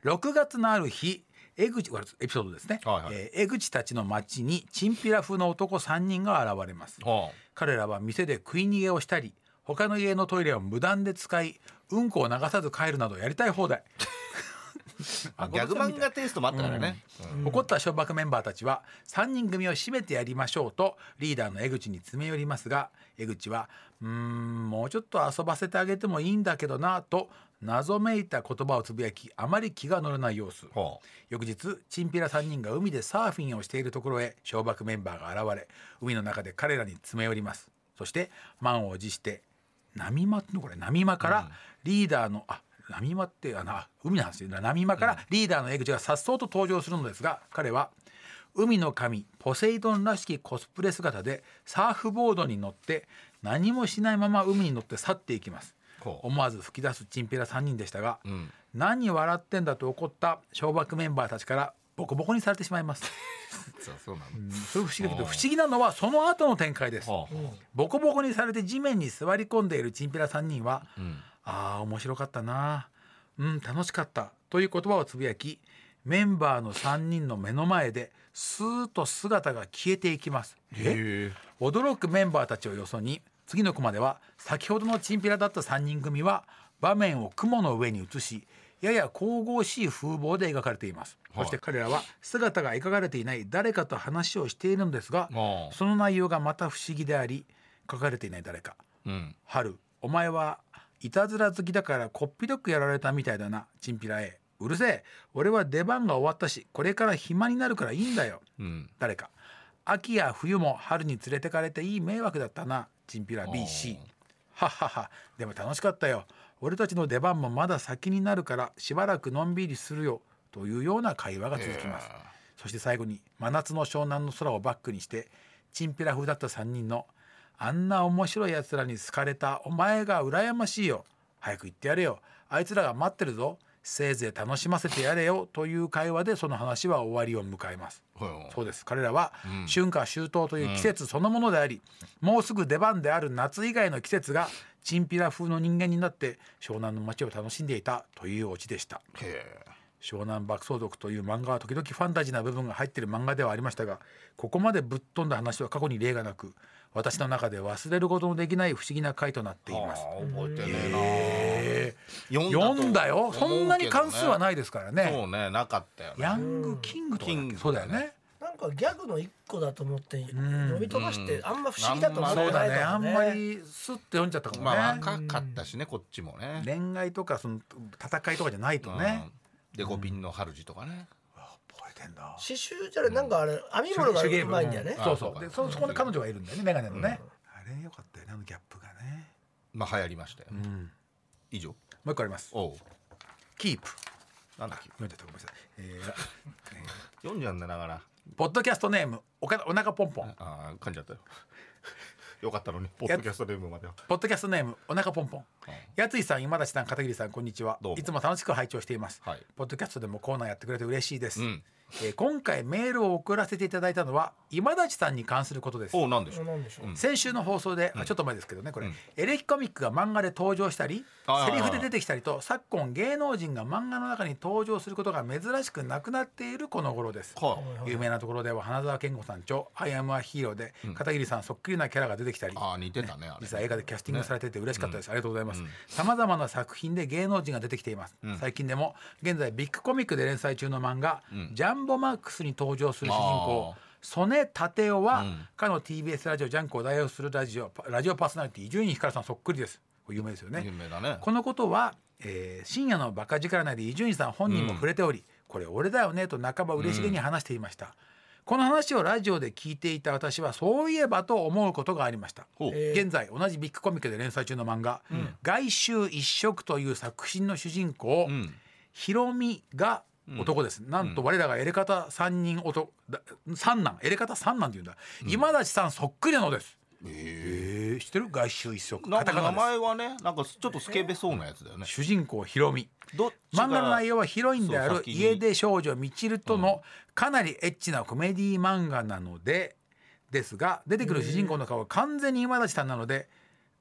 6月のある日江口これエピソードですね、
はいはい
えー江口たちの町にチンピラ風の男3人が現れます、
はあ
彼らは店で食い逃げをしたり他の家のトイレを無断で使いうんこを流さず帰るなどやりたい放題あ
ギャグ漫画テイストもあったからね、
怒った小爆メンバーたちは3人組を締めてやりましょうとリーダーの江口に詰め寄りますが江口は「うーんもうちょっと遊ばせてあげてもいいんだけどな」と謎めいた言葉をつぶやきあまり気が乗らない様子
ほう
翌日チンピラ3人が海でサーフィンをしているところへ小爆メンバーが現れ海の中で彼らに詰め寄りますそして満を持して波間ってのこれ波間からリーダーの、あ波間ってあな海の話で波間からリーダーの江口が颯爽と登場するのですが彼は海の神ポセイドンらしきコスプレ姿でサーフボードに乗って何もしないまま海に乗って去っていきます
ほう
思わず吹き出すチンピラ3人でしたが、
ん
何笑ってんだと怒った小爆メンバーたちからボコボコにされてしまいます
そうそうなんだ
それ不思議だけど不思議なのはその後の展開です
ほう
ボコボコにされて地面に座り込んでいるチンピラ3人は「
ん
ああ面白かったなうん楽しかった」という言葉をつぶやきメンバーの3人の目の前でスーッと姿が消えていきます。
へえ
驚くメンバーたちをよそに次のコマでは先ほどのチンピラだった3人組は場面を雲の上に移しやや神々しい風貌で描かれています、
は
そ
い
して彼らは姿が描かれていない誰かと話をしているのですが
ああ
その内容がまた不思議であり書かれていない誰か
うん
「春お前はいたずら好きだからこっぴどくやられたみたいだなチンピラ A うるせえ俺は出番が終わったしこれから暇になるからいいんだよ」
うん
誰か秋や冬も春に連れてかれていい迷惑だったなチンピラ BC はっはっはでも楽しかったよ俺たちの出番もまだ先になるからしばらくのんびりするよというような会話が続きます、そして最後に真夏の湘南の空をバックにしてチンピラ風だった3人のあんな面白い奴らに好かれたお前が羨ましいよ早く行ってやれよあいつらが待ってるぞせいぜい楽しませてやれよという会話でその話は終わりを迎えます
ほう
そうです彼らは春夏秋冬という季節そのものであり、もうすぐ出番である夏以外の季節がチンピラ風の人間になって湘南の街を楽しんでいたというオチでした
へえ
湘南爆走族という漫画は時々ファンタジーな部分が入っている漫画ではありましたがここまでぶっ飛んだ話は過去に例がなく私の中で忘れることのできない不思議な回となってい
ああ
ます
覚えてねえな読んだと思う
読んだよそんなに関数はないですからね
そうねなかったよね
ヤングキングとかだっけ
キング
そうだよね
なんかギャグの一個だと思って読み飛ばしてあんま不思議だと思わ
ん
そうだ
ない
ね
か
あ
も
ん
ね
まりスッて読んじゃったかもね、
まあ若かったしねこっちもね
恋愛とかその戦いとかじゃないとね
うんデコピンの春路とかね
覚えてんだ
刺繍じゃないなんかあれ編み物がうまいんだよ
手芸
ね
部そう
あ
そう
そう
で
か
そそこで彼女がいるんだよねメガネのね、あれ良かったよねあのギャップがね
まあ流行りましたよ以上
もう一個あります
おう
キープ
なんだっけ
読んじゃったごめんなさい、えー
読んじゃうんだながら
ポッドキャストネームおかお腹ポンポン
ああ噛んじゃったよ よかったのにポッドキャストで読むまでは
ポッドキャストネームお腹ポンポンやついさん今立さん片桐さんこんにちは
どうも
いつも楽しく拝聴しています、
はい
ポッドキャストでもコーナーやってくれて嬉しいです、
うん
えー今回メールを送らせていただいたのは今立さんに関することです
おうなんでしょう
なんでしょう
先週の放送で、あちょっと前ですけどねこれ、
うん
エレキコミックが漫画で登場したり
あー
セリフで出てきたりと昨今芸能人が漫画の中に登場することが珍しくなくなっているこの頃です。
はい
有名なところでは花澤健吾さん著「アイアムアヒーローで片桐さんそっくりなキャラが出てきたり、
ああ似てたねあれ
実は映画でキャスティングされてて嬉しかったです、ありがとうございますさまざまな作品で芸能人が出てきています、最近でも現在ビッグコミックで連載中の漫画「ジャンボマックス」に登場する主人公
あー
曽根立雄は、かの TBS ラジオジャンクを代表するラジオパラジオパーソナリティ伊集院光さんそっくりですこれ有名ですよね
有名だね
このことは、えー深夜のバカ力内で伊集院さん本人も触れており、これ俺だよねと半ば嬉しげに話していました、この話をラジオで聞いていた私はそういえばと思うことがありました
ほう
えー
現在同じビッグコミックで連載中の漫画「外周一色」という作品の主人公、
ん
ヒロミが男です、なんと我らがエレカタ三人男だ三男エレカタ三男って言うんだ、今立さんそっくりなのですええ知ってる外周一色
なん
カ
か
タカナ
名
です
前はねなんかちょっとスケベそうなやつだよね
主人公ヒロミ
どっちが
漫画の内容はヒロインであ
そ
る
う先に
家出少女みちるとのかなりエッチなコメディ漫画なのでですが出てくる主人公の顔は完全に今立さんなので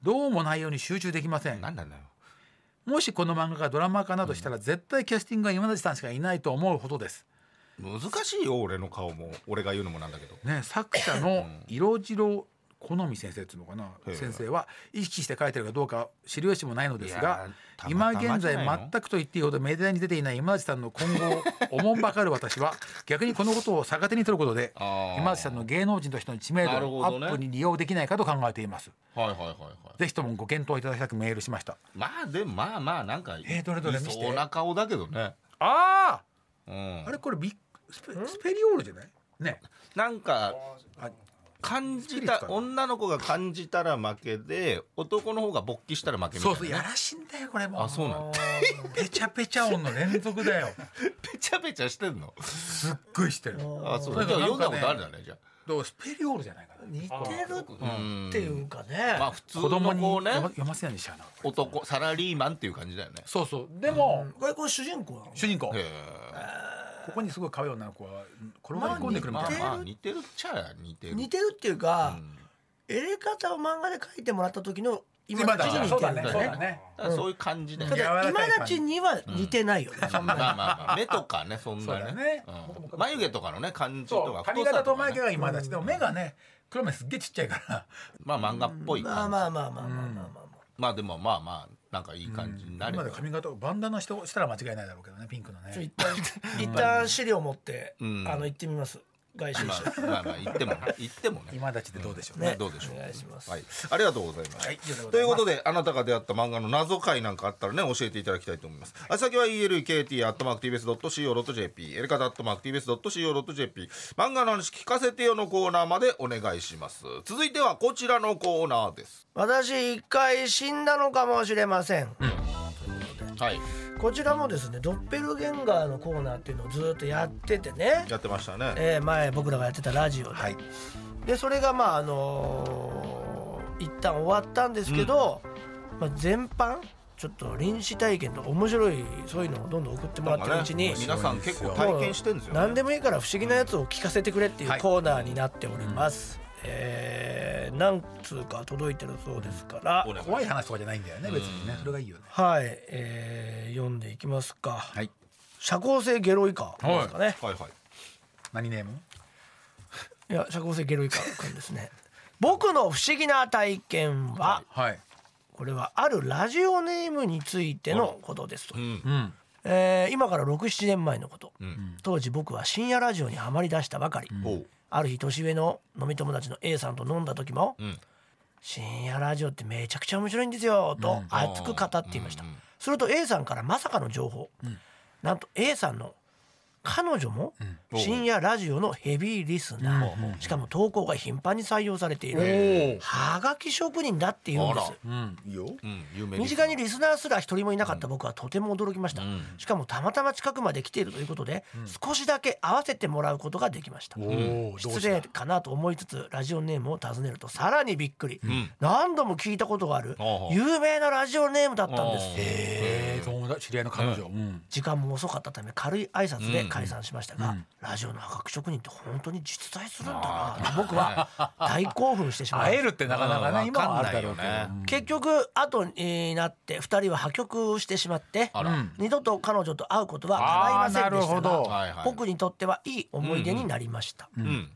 どうも内容に集中できません
なんなんだよ
もしこの漫画がドラマ化などしたら絶対キャスティングは今立さんしかいないと思うほどです
難しいよ俺の顔も俺が言うのもなんだけど
ね作者の色白好み先生っていうのかな
へえ
先生は意識して書いてるかどうか知る由もないのです
い
が
やーたま
今
たま
現
じ
在
ゃないの
全くと言っていいほどメディアに出ていない今内さんの今後をおもんばかる私は逆にこのことを逆手に取ることで
あー
今内さんの芸能人としての知名度
なる
の
ほ
ア
どね
ップに利用できないかと考えています。
はいはいはいはい
ぜひともご検討いただきたくメールしました。
まあでもまあまあなんか
えーどれどれ
い
見せて
そうな顔だけどね
あ
うん
ああれこれビッスペスペリオールじゃないね
なんか
あ
感じ
スピリッツか
た
な
女の子が感じたら負けで男の方が勃起したら負けみたい
そ
な
うそうやらしいんだよこれも
あそうなの
ペチャペチャ音の連続だよ
ペチャペチャしてんの
すっごいしてる
あそう
なんか
じゃあ読ん
なんか
だこ
ね
とあるだねじゃ
どうスペリオールじゃないかな
似てる
あうん
っていうかね
まあ普通
子
の
供に
こうね
読ま読ませないようにしちゃうな
男サラリーマンっていう感じだよね
そうそうでも、
これこれ主人公なの
主人公
へ
こ
え
こにすごい可愛い女の子は転がり込んでくるみ
まあ
たいな、
まあ似てるっちゃ似てる
似てるっていうか、
うん
エレ方を漫画で書いてもらった時の今
今
立
だ
ちに似てる
そうだね
ね
そうだね
だからそういう感じだよ
た
ね
だ今立ちには似てないよね、
まあまあまあ目とかねそんな
そうだ
ね
ね
うん眉毛とかのね感じと
そ
か
う髪
太さ
型
と
と
かね
眉毛が今だしでも目がね黒目すっげえちっちゃいから
まあ漫画っぽい
まあ
感じ
まあまあまあまあまあまあまあ、
まあでもまあまあなんかいい感じになる
今で髪型をバンダナしてしたら間違いないだろうけどねピンクの
ちょ
ね
一旦一旦資料持って、
うん
あの行ってみます外
ま
出者
あまあまあ言っても言ってもね
今立ちでどうでしょう
ね
ね、
どうでしょう
お願いします、
はいありがとうございました
はい以上でございます
ということであなたが出会った漫画の謎解なんかあったらね教えていただきたいと思いますあ先は elkt.tbs.co.jp エレカタ .tbs.co.jp 漫画の話聞かせてよのコーナーまでお願いします続いてはこちらのコーナーです
私一回死んだのかもしれません、
はい
こちらもですねドッペルゲンガーのコーナーっていうのをずっとやっててね、
やってましたね
えー前僕らがやってたラジオで、
はい
でそれがまああのー一旦終わったんですけど、まあ、全般ちょっと臨死体験とか面白いそういうのをどんどん送ってもら
な
っ
ん
てる
か
うちに
ね、皆さん結構体験してんですよ、ね、
何でもいいから不思議なやつを聞かせてくれっていうコーナーになっております、えー何通か届いてるそうですから
お願い
怖い話とかじゃないんだよね別にねそれがいいよね
はい、えー読んでいきますか、
はい
社交性ゲロイカですかね、い、
はいはい
何ネーム
や社交性ゲロイカくんですね 僕の不思議な体験は
はい
これはあるラジオネームについてのことですと、
うん
うん
えー今から67年前のこと、
うん
当時僕は深夜ラジオにはまりだしたばかり、
おう
ある日年上の飲み友達の A さんと飲んだ時も、
うん
深夜ラジオってめちゃくちゃ面白いんですよと熱く語っていました、すると A さんからまさかの情報、なんと A さんの彼女も深夜ラジオのヘビーリスナー、しかも投稿が頻繁に採用されているはがき職人だっていうんです
あら
うん
いいよ、うん、有名
身近にリスナーすら一人もいなかった僕はとても驚きました、
ん
しかもたまたま近くまで来ているということで、少しだけ会わせてもらうことができました
おお
失礼かなと思いつつラジオネームを尋ねるとさらにびっくり、何度も聞いたことがある
ああ
有名なラジオネームだったんです
ええ友達知り合いの彼女うん
時間も遅かったため軽い挨拶で解散しましたが、
うん
ラジオの破格職人って本当に実在するんだなと僕は大興奮してしまいま
会え
し
る
た
ってなかなか
うん
ね今はあるだろう
わか
け
ん
ど
ないよね
結局後になって2人は破局してしまって
あら、
うん
二度と彼女と会うことは叶いませんでし
あ
た
ーなるほ
が
ど
はいはい
僕にとってはいい思い出になりました、
うん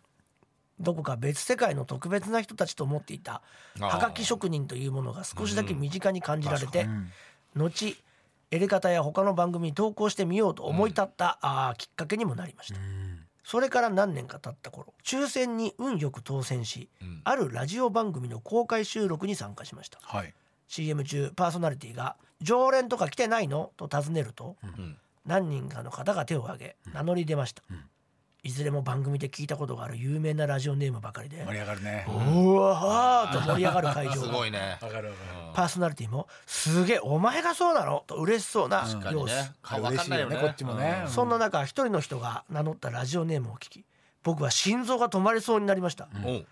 どこか別世界の特別な人たちと思っていた
あー
はがき職人というものが少しだけ身近に感じられて、
うん
後エレカタや他の番組に投稿してみようと思い立った、あーきっかけにもなりました、それから何年か経った頃抽選に運よく当選し、
ん
あるラジオ番組の公開収録に参加しました
はい
CM 中パーソナリティが「常連とか来てないの?」と尋ねると、
ん
何人かの方が手を挙げ名乗り出ました、いずれも番組で聞いたことがある有名なラジオネームばかりで
盛り上がるね
「うわー!」と盛り上がる会
す
場
ごいね
上がる上がる
パーソナリティも「すげえお前がそうなの?」と嬉しそうな
確かに
様子、
ね
はい
顔わかんないよね
嬉しいよねこっちもね
うん
ん
そんな中一人の人が名乗ったラジオネームを聞き僕は心臓が止まりそうになりました、
おう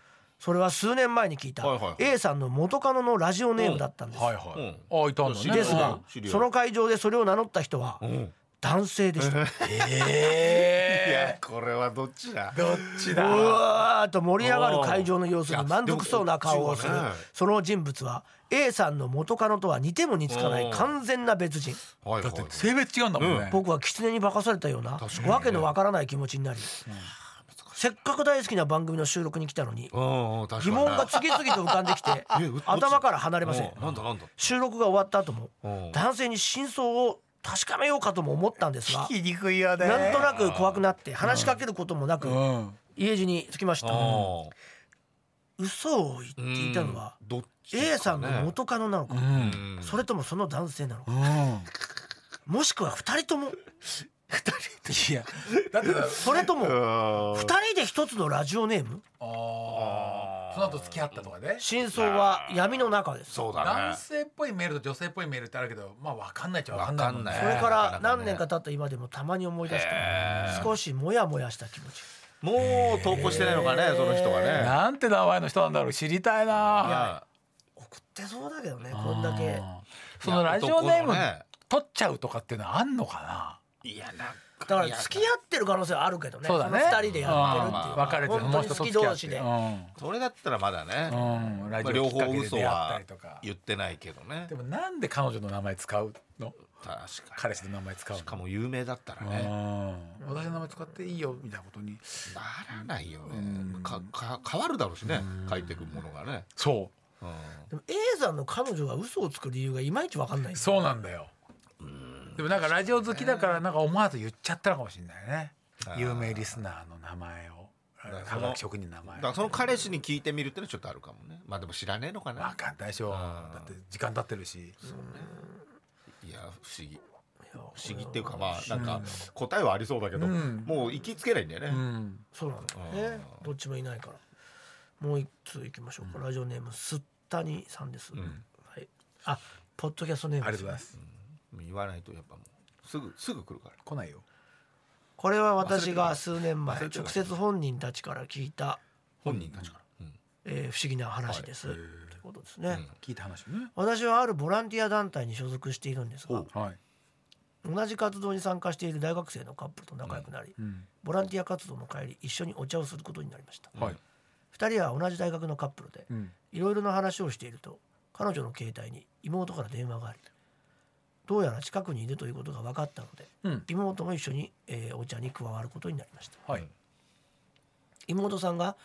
それは数年前に聞いた
はいはいはい
A さんの元カノのラジオネームだったんです、
はいはいあいたんだね
です
う
が
ん知り合い
その会場でそれを名乗った人は
ん
男性でした、
い
え
やこれはどっちだ
どっち
う
だ
わーっと盛り上がる会場の様子に満足そうな顔をする
いやでも
その人物は A さんの元カノとは似ても似つかない完全な別人
はい
だ
は
って
い
性別違うんだもんね
僕は狐に化かされたようなわけのわからない気持ちになりせっかく大好きな番組の収録に来たのに
うんうん確
疑
かに
問が次々と浮かんできて
えうどっち
頭から離れません
うなんだなんだ
収録が終わった後も
うん
男性に真相を確かめようかとも思ったんですが
聞きにくいよね
なんとなく怖くなって話しかけることもなく
うん
家路に着きました
あ
嘘を言っていたのは
ーどっち
A さんの
ね
元カノなの
う
か
ん
うん
それともその男性なのか
うん
もしくは2人とも
いやだってだ
それとも2
あー
人で1つのラジオネーム
あ
あー
ーその後付き合ったとかね
真相は闇の中です
そうだね
男性っぽいメールと女性っぽいメールってあるけどまあ分かんないっちゃ分かんないもんね
わか
そ
んない
れから何年か経った今でもたまに思い出して
へー
少しモヤモヤした気持ち
もう投稿してないのかねその人がね
なんて名前の人なんだろう知りたいな
は
送ってそうだけどねこんだけ
い
そのラジオネーム
いや
取っちゃうとかっていうのはあんのか
いやなん
だから付き合ってる可能性はあるけどね
そうだね
の2人で
な
やってる
う
っていうの
ん
は
別れて
本当
もう
に
人
好
と付
き
き合
同
っ
士
て
で
それだったらまだね
う、んうんラ
ま
ジ
あ、
オ
両
きっか
方
けで
嘘
出会った
は
りとか
言ってないけどね
でもなんで彼女の名前使うの
確か
彼氏の名前使う
にしか
の
も有名だったら
うん
ね
私の名前使っていいよみたいなことに
ならないよねかか変わるだろうしね書いてくものがね、
そ
うん
でも A さんの彼女が嘘をつく理由がいまいちわかんないう
そうなんだよでもなんかラジオ好きだからなんか思わず言っちゃったのかもしれないね
あー
有名リスナーの名前を
らそ
科
の
学職人の名前
だからその彼氏に聞いてみるってのはちょっとあるかもねまあでも知らねえのかな
わかんないでしょ
あー
だって時間経ってるし
いや不思議
いや
不思議っていうかまあなんか答えはありそうだけど、
うん
もう行きつけないんだよね、
うん
そうなんだよねどっちもいないからもう一通いきましょうかラジオネームすったにさんですはいあポッドキャストネー
あ
ム
りが
で
とうご
す
ざいま
ね
す
言わないとやっぱもうすぐすぐ来るから
来ないよ
これは私が数年前
忘れてた
直接本人たちから聞いた
本人たちから、うん
えー不思議な話です、
はい
ということですね、
聞いた話ね
私はあるボランティア団体に所属しているんですが
はい
同じ活動に参加している大学生のカップルと仲良くなり、
うん
ボランティア活動の帰り一緒にお茶をすることになりました、
はい
二人は同じ大学のカップルで
うん
いろいろな話をしていると彼女の携帯に妹から電話がありどうやら近くにいるということが分かったので
うん
妹も一緒に、えーお茶に加わることになりました
はい
妹さんが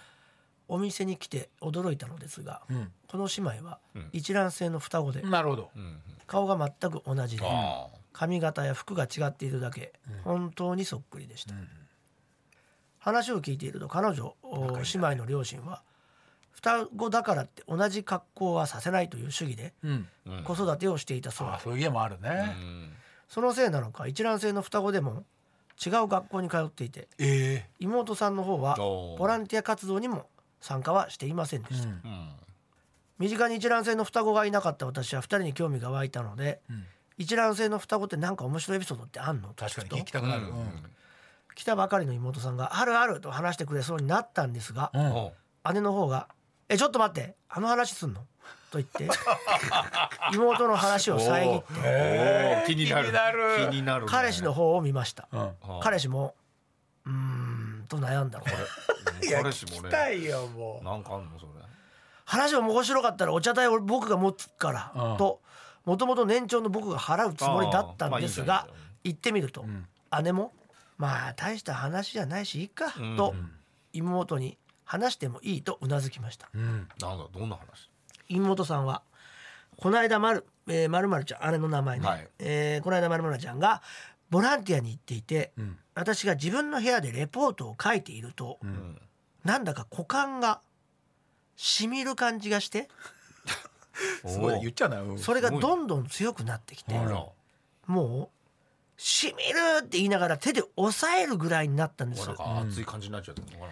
お店に来て驚いたのですが、
うん
この姉妹は
うん
一卵性の双子で、
なるほど
うんうん
顔が全く同じで
ああ
髪型や服が違っているだけ、本当にそっくりでした、話を聞いていると彼女お姉妹の両親は双子だからって同じ格好はさせないという主義で
うん
うん
子育てをしていたそう
あ
で
ーそういう家もある
う
ね
ん
そのせいなのか一卵性の双子でも違う学校に通っていて
え
妹さんの方は
おー
ボランティア活動にも参加はしていませんで
え
した、
うん
身近に一卵性の双子がいなかった私は2人に興味が湧いたので、
ん
一卵性の双子って何か面白いエピソードってあんのと
確かに聞
聞く
き
と
たくなる
う
うんん
来たばかりの妹さんが「あるある」と話してくれそうになったんですが、
うん
おう
姉の方が「えちょっと待ってあの話すんの?」と言って妹の話を遮って
おう気にな
気
る
になる
気になるね
彼氏の方を見ました、
うん
ああ
彼氏も「うーん」と悩んだの
うん彼氏もね
いよも
なんかあんのそれ
話も面白かったらお茶代を僕が持つから、
うん
ともともと年長の僕が払うつもりだったんですが
あーまあいいじゃんいいじゃ
行
ん
ってみると、姉も「まあ大した話じゃないしいいか」と妹に話してもいいとうなずきました
ううん
なんだどんな話
妹さんはこの間まる、えー、まるまるちゃん姉の名前ね、
はい
えーこの間まるまるちゃんがボランティアに行っていて、
ん
私が自分の部屋でレポートを書いていると、
ん
なんだか股間がしみる感じがして
すごい言っちゃうなうん
それがどんどん強くなってきて
あら
もう「しみる!」って言いながら手で押さえるぐらいになったんで
お
す
なんか熱い感じになっちゃったのかな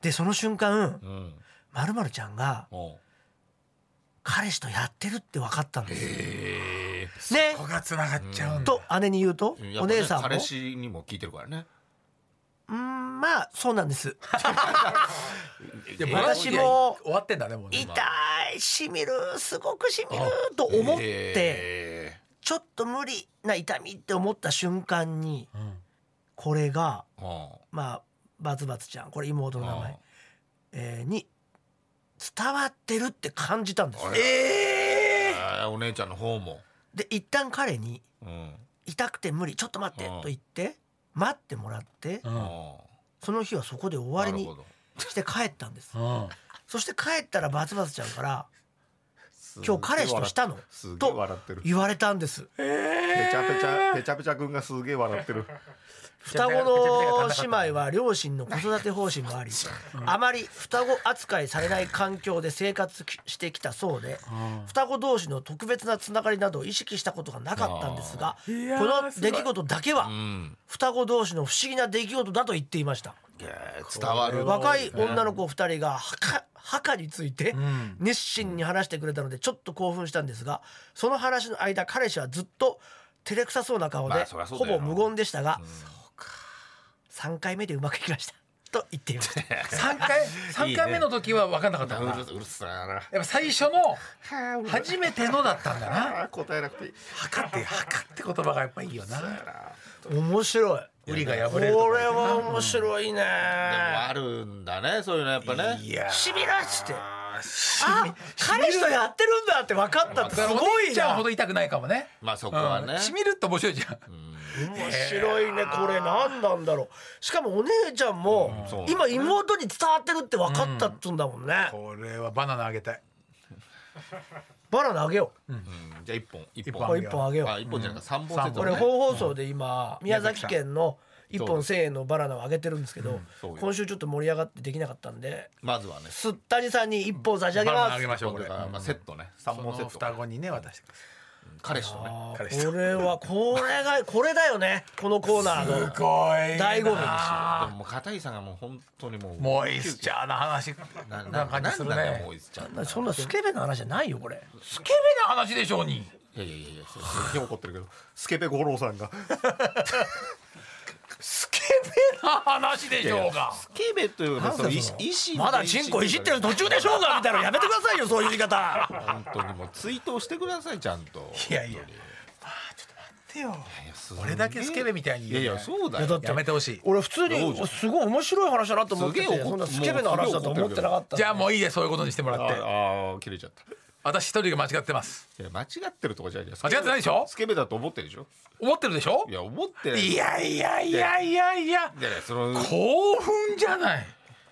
でその瞬間
うんうん
まるまるちゃんが
おう
彼氏とやってるって分かったんですよ
え
ね
子がつながっちゃうんだ
と姉に言うと、
えやっ
お
ぱね
姉さんも
彼氏にも聞いてるからね
うーんまあそうなんです
で
え私も
終わってんだねもうね
痛いしみるすごくしみると思って、
え
ちょっと無理な痛みって思った瞬間に
うん
これが
ーあ
まあバツバツちゃんこれ妹の名
あ
前、えーに伝わってるって感じたんですよ
あれ
ええ
あーお姉ちゃんの方も
で一旦彼に
うん
「痛くて無理ちょっと待って」
うん
と言って待ってもらって
うん
あ
その日はそこで終わりに
なるほ
して帰ったんです
うん
そして帰ったらバツバツちゃんから「今
今
日彼氏としたの?」
すげえ
と
笑ってる。
言われたんです
ペチャペチャペチャペチャ君がすげえ笑ってる。
双子の姉妹は両親の子育て方針 もありあまり双子扱いされない環境で生活きしてきたそうで双子同士の特別なつながりなどを意識したことがなかったんですがこ
いやー
の
すご
出
い
来事だけは
うん。
双子同士の不思議な出来事だと言っていました
いやー伝わる。
若い女の子2人が墓墓について
ん
熱心に話してくれたのでちょっと興奮したんですがその話の間彼氏はずっと照れくさそうな顔で、
まあそりゃそう
ほ
だよ
ぼ
な
無言でしたが、3回目でうまくいきました と言っていました
三回三回目の時は分かんなかったかな
うるうるさいな。
やっぱ最初の初めてのだったんだな
あー答えなくていい。
墓って墓って言葉がやっぱいいよな
面白い
売りが破
こ
れ
れ
るとか
は面白いね、
でもあるんだねそういうのやっぱね。
いやー
しびらっつってあ彼氏とやってるんだって分かったってす
だから
ご
お兄
い
ちゃん
な
ほど痛くないかもね
まあそこはね
うんしみるって面白いじゃん
面白いねこれ何なんだろうしかもお姉ちゃんも
そう
今妹に伝わってるって分かったっつうんだもんね
これはバナナあげたい
バナナあげよう
うんじゃあ一本一
一
本。
本
これ一本あげよ
あ
う
一本じゃなくて三
三
本セ
本
ット
こ
だ
れ
ね。
本放送で今宮崎県の一本
そう
1000円のバナナをあげてるんですけど
そうよ
今週ちょっと盛り上がってできなかったんで
まずはね。
すったにさんに一本差し上
バ
げ
ナナ
ま
あ
す
げましょうこれ
だからまあセットね三
そ
本セ
の
ット
双。子にね渡してくださ
彼氏とね。
あ
彼
ー
氏
これはこれがこれだよねこのコーナーの
いごい
な醍醐味ですよ
でももう片井さんがもう本当にもう
モイスチャーな話
な
な
な
感
感
じ
じ
す
す
る
る
ね
ねモイスちゃんい
そんなスケベな話じゃないよこれ
スケベな話でしょうに
やいやいやいやそうすげえ怒ってるけどスケベ五郎さんが
スケベな話でしょうが
スケベというかねその意思意思
まだチンコいじってる途中でしょうがみたいなのやめてくださいよそういう言い方
本当にもう追悼してくださいちゃんと
いやいや
本当に
てよ
いやすげえ
俺だけスケベみたいに
い
言
や
う
い
ね
やそうだ
いやだっ
よ
て
やめてほしい
俺普通
どうぞ
にすごい面白い話だなと思って
すげえ
て
怒っ
そんなスケベな話だと思ってなかった
じゃあもういいでそういうことにしてもら
あ
って
あー切れちゃった
私一人が間違ってます
いや間違ってるとかじゃないです
間違ってないでしょ
スケベだと思ってるでしょ
思ってるでしょ
いや思ってない
い
い
やいやいやいやいや
やいやその
興奮じゃない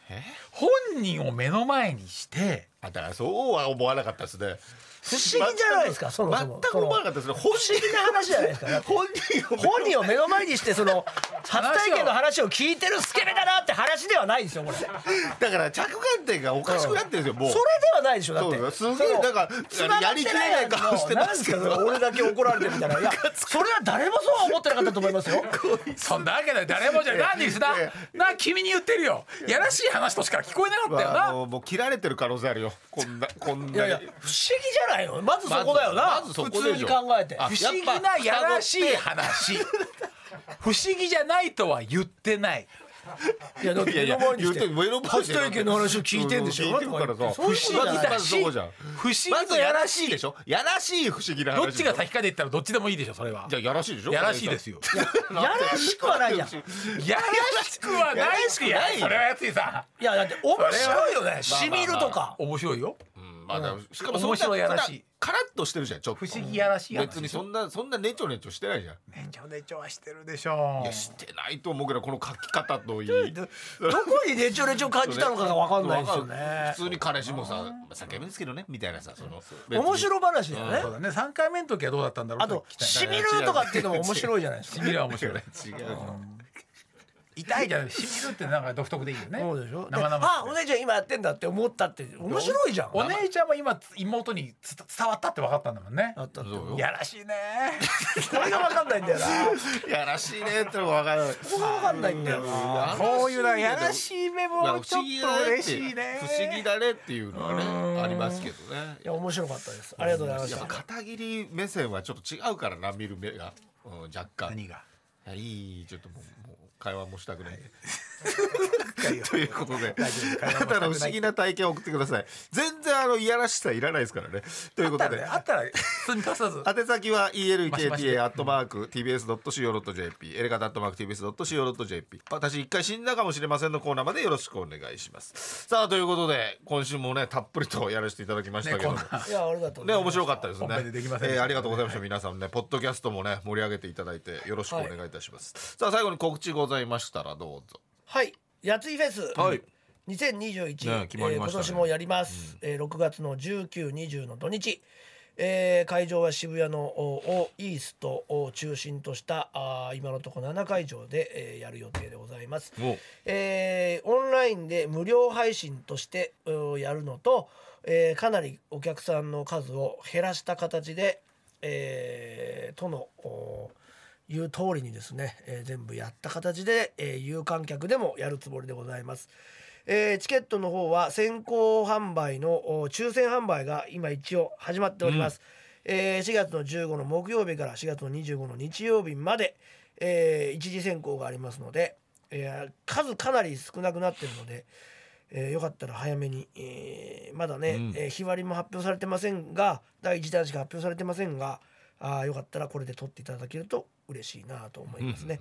え
本人を目の前にして
あだからそうは思わなかったですね
不思議じゃないですかそもそも
全く思わなかったですね本
不思議な話じゃないですかだって
本人を
本人を目の前にしてその初体験の話を聞いてるスケベだなって話ではないですよこれそれ
だから着眼点がおかしくなってるんですよもう
ではないでしょだって
そうすげえなんか
その
やりきれない顔してますけど
なんですか俺だけ怒られてるみたいないやそれは誰もそうは思ってなかったと思いますよ
そんなわけだよ誰もじゃなんでなな君に言ってるよやらしい話としか聞こえなかったよ
まあ
な
あのもう切られてる可能性あるよこんなこんない
やいや不思議じゃないのまずそこだよな
まずそ
普
こで
通
し
に
ょ
考えて
あ
不思議なやらしい話不思議じゃないとは言ってない
いやだって
い
目
やいや
の前に
言
し
う
て
て目の前
初体験の話を聞いてんでしょ
聞いてるからさ
そういうことじゃない
まずそこじゃん
不思議
まず
と
や
や
ら
ら
し
し
い
い
でしょやらしい不思議な話
どっちが
でし
先かで言ったらどっちでもいいでしょそれは
ょじゃあやらしいでしょ
やらしいです よ
やらしくはないや
や
ん
らしくはないって
や
や
らしくない
それはやついさ
いやだって面白いよねしみるとか
面白いよ
うんまあだからしかもそん
面
な
白いやらしい
カラッとしてるじゃんちょっと
不思議やらしい話
別にそんなそんなネチョネチョしてないじゃん
ねちょねちょはしてるでしょ
いやしてないと思うけどこの書き方 といい
どどこにレチョレチョを感じたのかが分かんないですよね
普通に彼氏もさ「叫ぶんですけどね」みたいなさその
面白話だ
そう
よね
だね三回目の時はどうだったんだろう
あとしみるとかっていうのも面白いじゃないです
し
か
みるは面白い
違う
痛いじゃないしみるってなんか独特でいいよね
そうでしょで
生々し
あお姉ちゃん今やってんだって思ったって面白いじゃん
くお姉ちゃんは今妹につ伝わったって分かったんだもんね
あったって
そうよ
やらしいね
これが分かんないんだよな
やらしいねってのが分からない
ここが分かんないんだよな
こういうなやら
い
しいメ
不
モ
思
をちょっ
議
と
だねっ
嬉
て
しいね
不思議だねっていうのはねありますけどね
いや面白かったですありがとうございまし
やったぱ片桐目線はちょっと違うからな見る目が、うん、若干
何が
いやいいちょっともうもう会話もしたくない ということであなたの不思議な体験を送ってください全然あのいやらしさいらないですからねということで
あったら積み重さず
宛先は
マシマシ
elkta アットマーク tbs.co.jp エレガタアットマーク tbs.co.jp 私一回死んだかもしれませんのコーナーまでよろしくお願いしますさあということで今週もねたっぷりとやらせていただきましたけども
ねこん
いやありがとうございま
ね
す
面白かったですね
本編でできませんでした
えーありがとうございました皆さんねポッドキャストもね盛り上げていただいてよろしくお願いいたします、さあ最後に告知ございましたらどうぞ
はい、やついフェス、
はい
2021、
ね決まり
えー今
ましたね
年もやります、えー6月の1920の土日、えー会場は渋谷のおおイーストを中心としたあー今のところ7会場で、えーやる予定でございます
お、
えーオンラインで無料配信としてうんやるのと、えーかなりお客さんの数を減らした形で、えーとのおいう通りにですね、えー全部やった形で、えー有観客でもやるつもりでございます。えーチケットの方は先行販売のお抽選販売が今一応始まっております、えー4月の15の木曜日から4月の25の日曜日まで、えー一時選考がありますので、えー数かなり少なくなってるので、えーよかったら早めに、えーまだね、
うん
えー日割りも発表されてませんが第1弾しか発表されてませんがあーよかったらこれで取っていただけると嬉しいなと思いますね。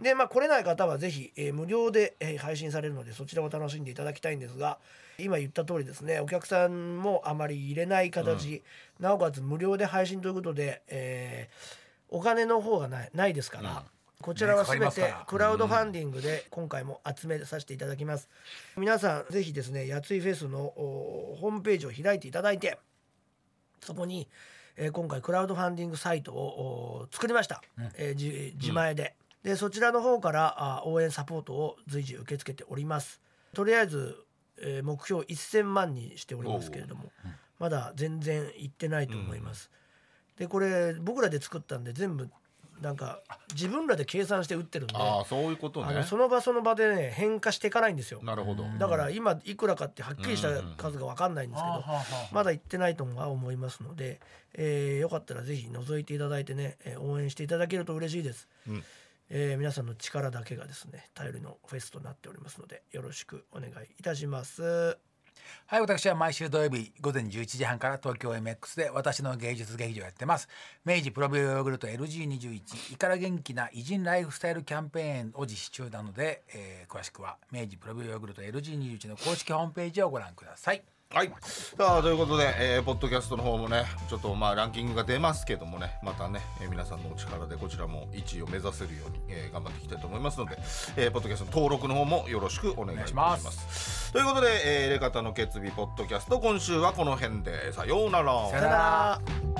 でまあ来れない方はぜひ、えー無料で、えー配信されるのでそちらを楽しんでいただきたいんですが今言った通りですねお客さんもあまり入れない形、なおかつ無料で配信ということで、えーお金の方がないないですから。こちらは
ねかかり
全
ますか
て
ら
クラウドファンディングで今回も集めさせていただきます、皆さんぜひですねやついフェスのおホームページを開いていただいてそこに、えー今回クラウドファンディングサイトをお作りました、えーじ自前で,、でそちらの方からあ応援サポートを随時受け付けておりますとりあえず、えー目標1000万にしておりますけれども、まだ全然いってないと思います、でこれ僕らで作ったんで全部なんか自分らで計算して打ってるんで
ああそういうこと
あの
ね
その場その場でね変化していかないんですよ
なるほど
だから今いくらかってはっきりした数が分かんないんですけど、まだ行ってないとは思いますので、えーよかったらぜひ覗いていただいてね、えー応援していただけると嬉しいです、
うん
えー皆さんの力だけがですね頼りのフェスとなっておりますのでよろしくお願いいたします
はい、私は毎週土曜日午前11時半から東京 MX で私の芸術劇場やってます。明治プロビオヨーグルト LG21 イカラ元気な偉人ライフスタイルキャンペーンを実施中なので、えー詳しくは明治プロビオヨーグルト LG21 の公式ホームページをご覧ください。
はいさあということで、えーポッドキャストの方もねちょっとまあランキングが出ますけどもねまたね、えー皆さんのお力でこちらも1位を目指せるように、えー頑張っていきたいと思いますので、えーポッドキャストの登録の方もよろしくお願いいたします
お願いし
ということで「えー、レカタの決意ポッドキャスト」今週はこの辺でさようなら
さよなら。
ら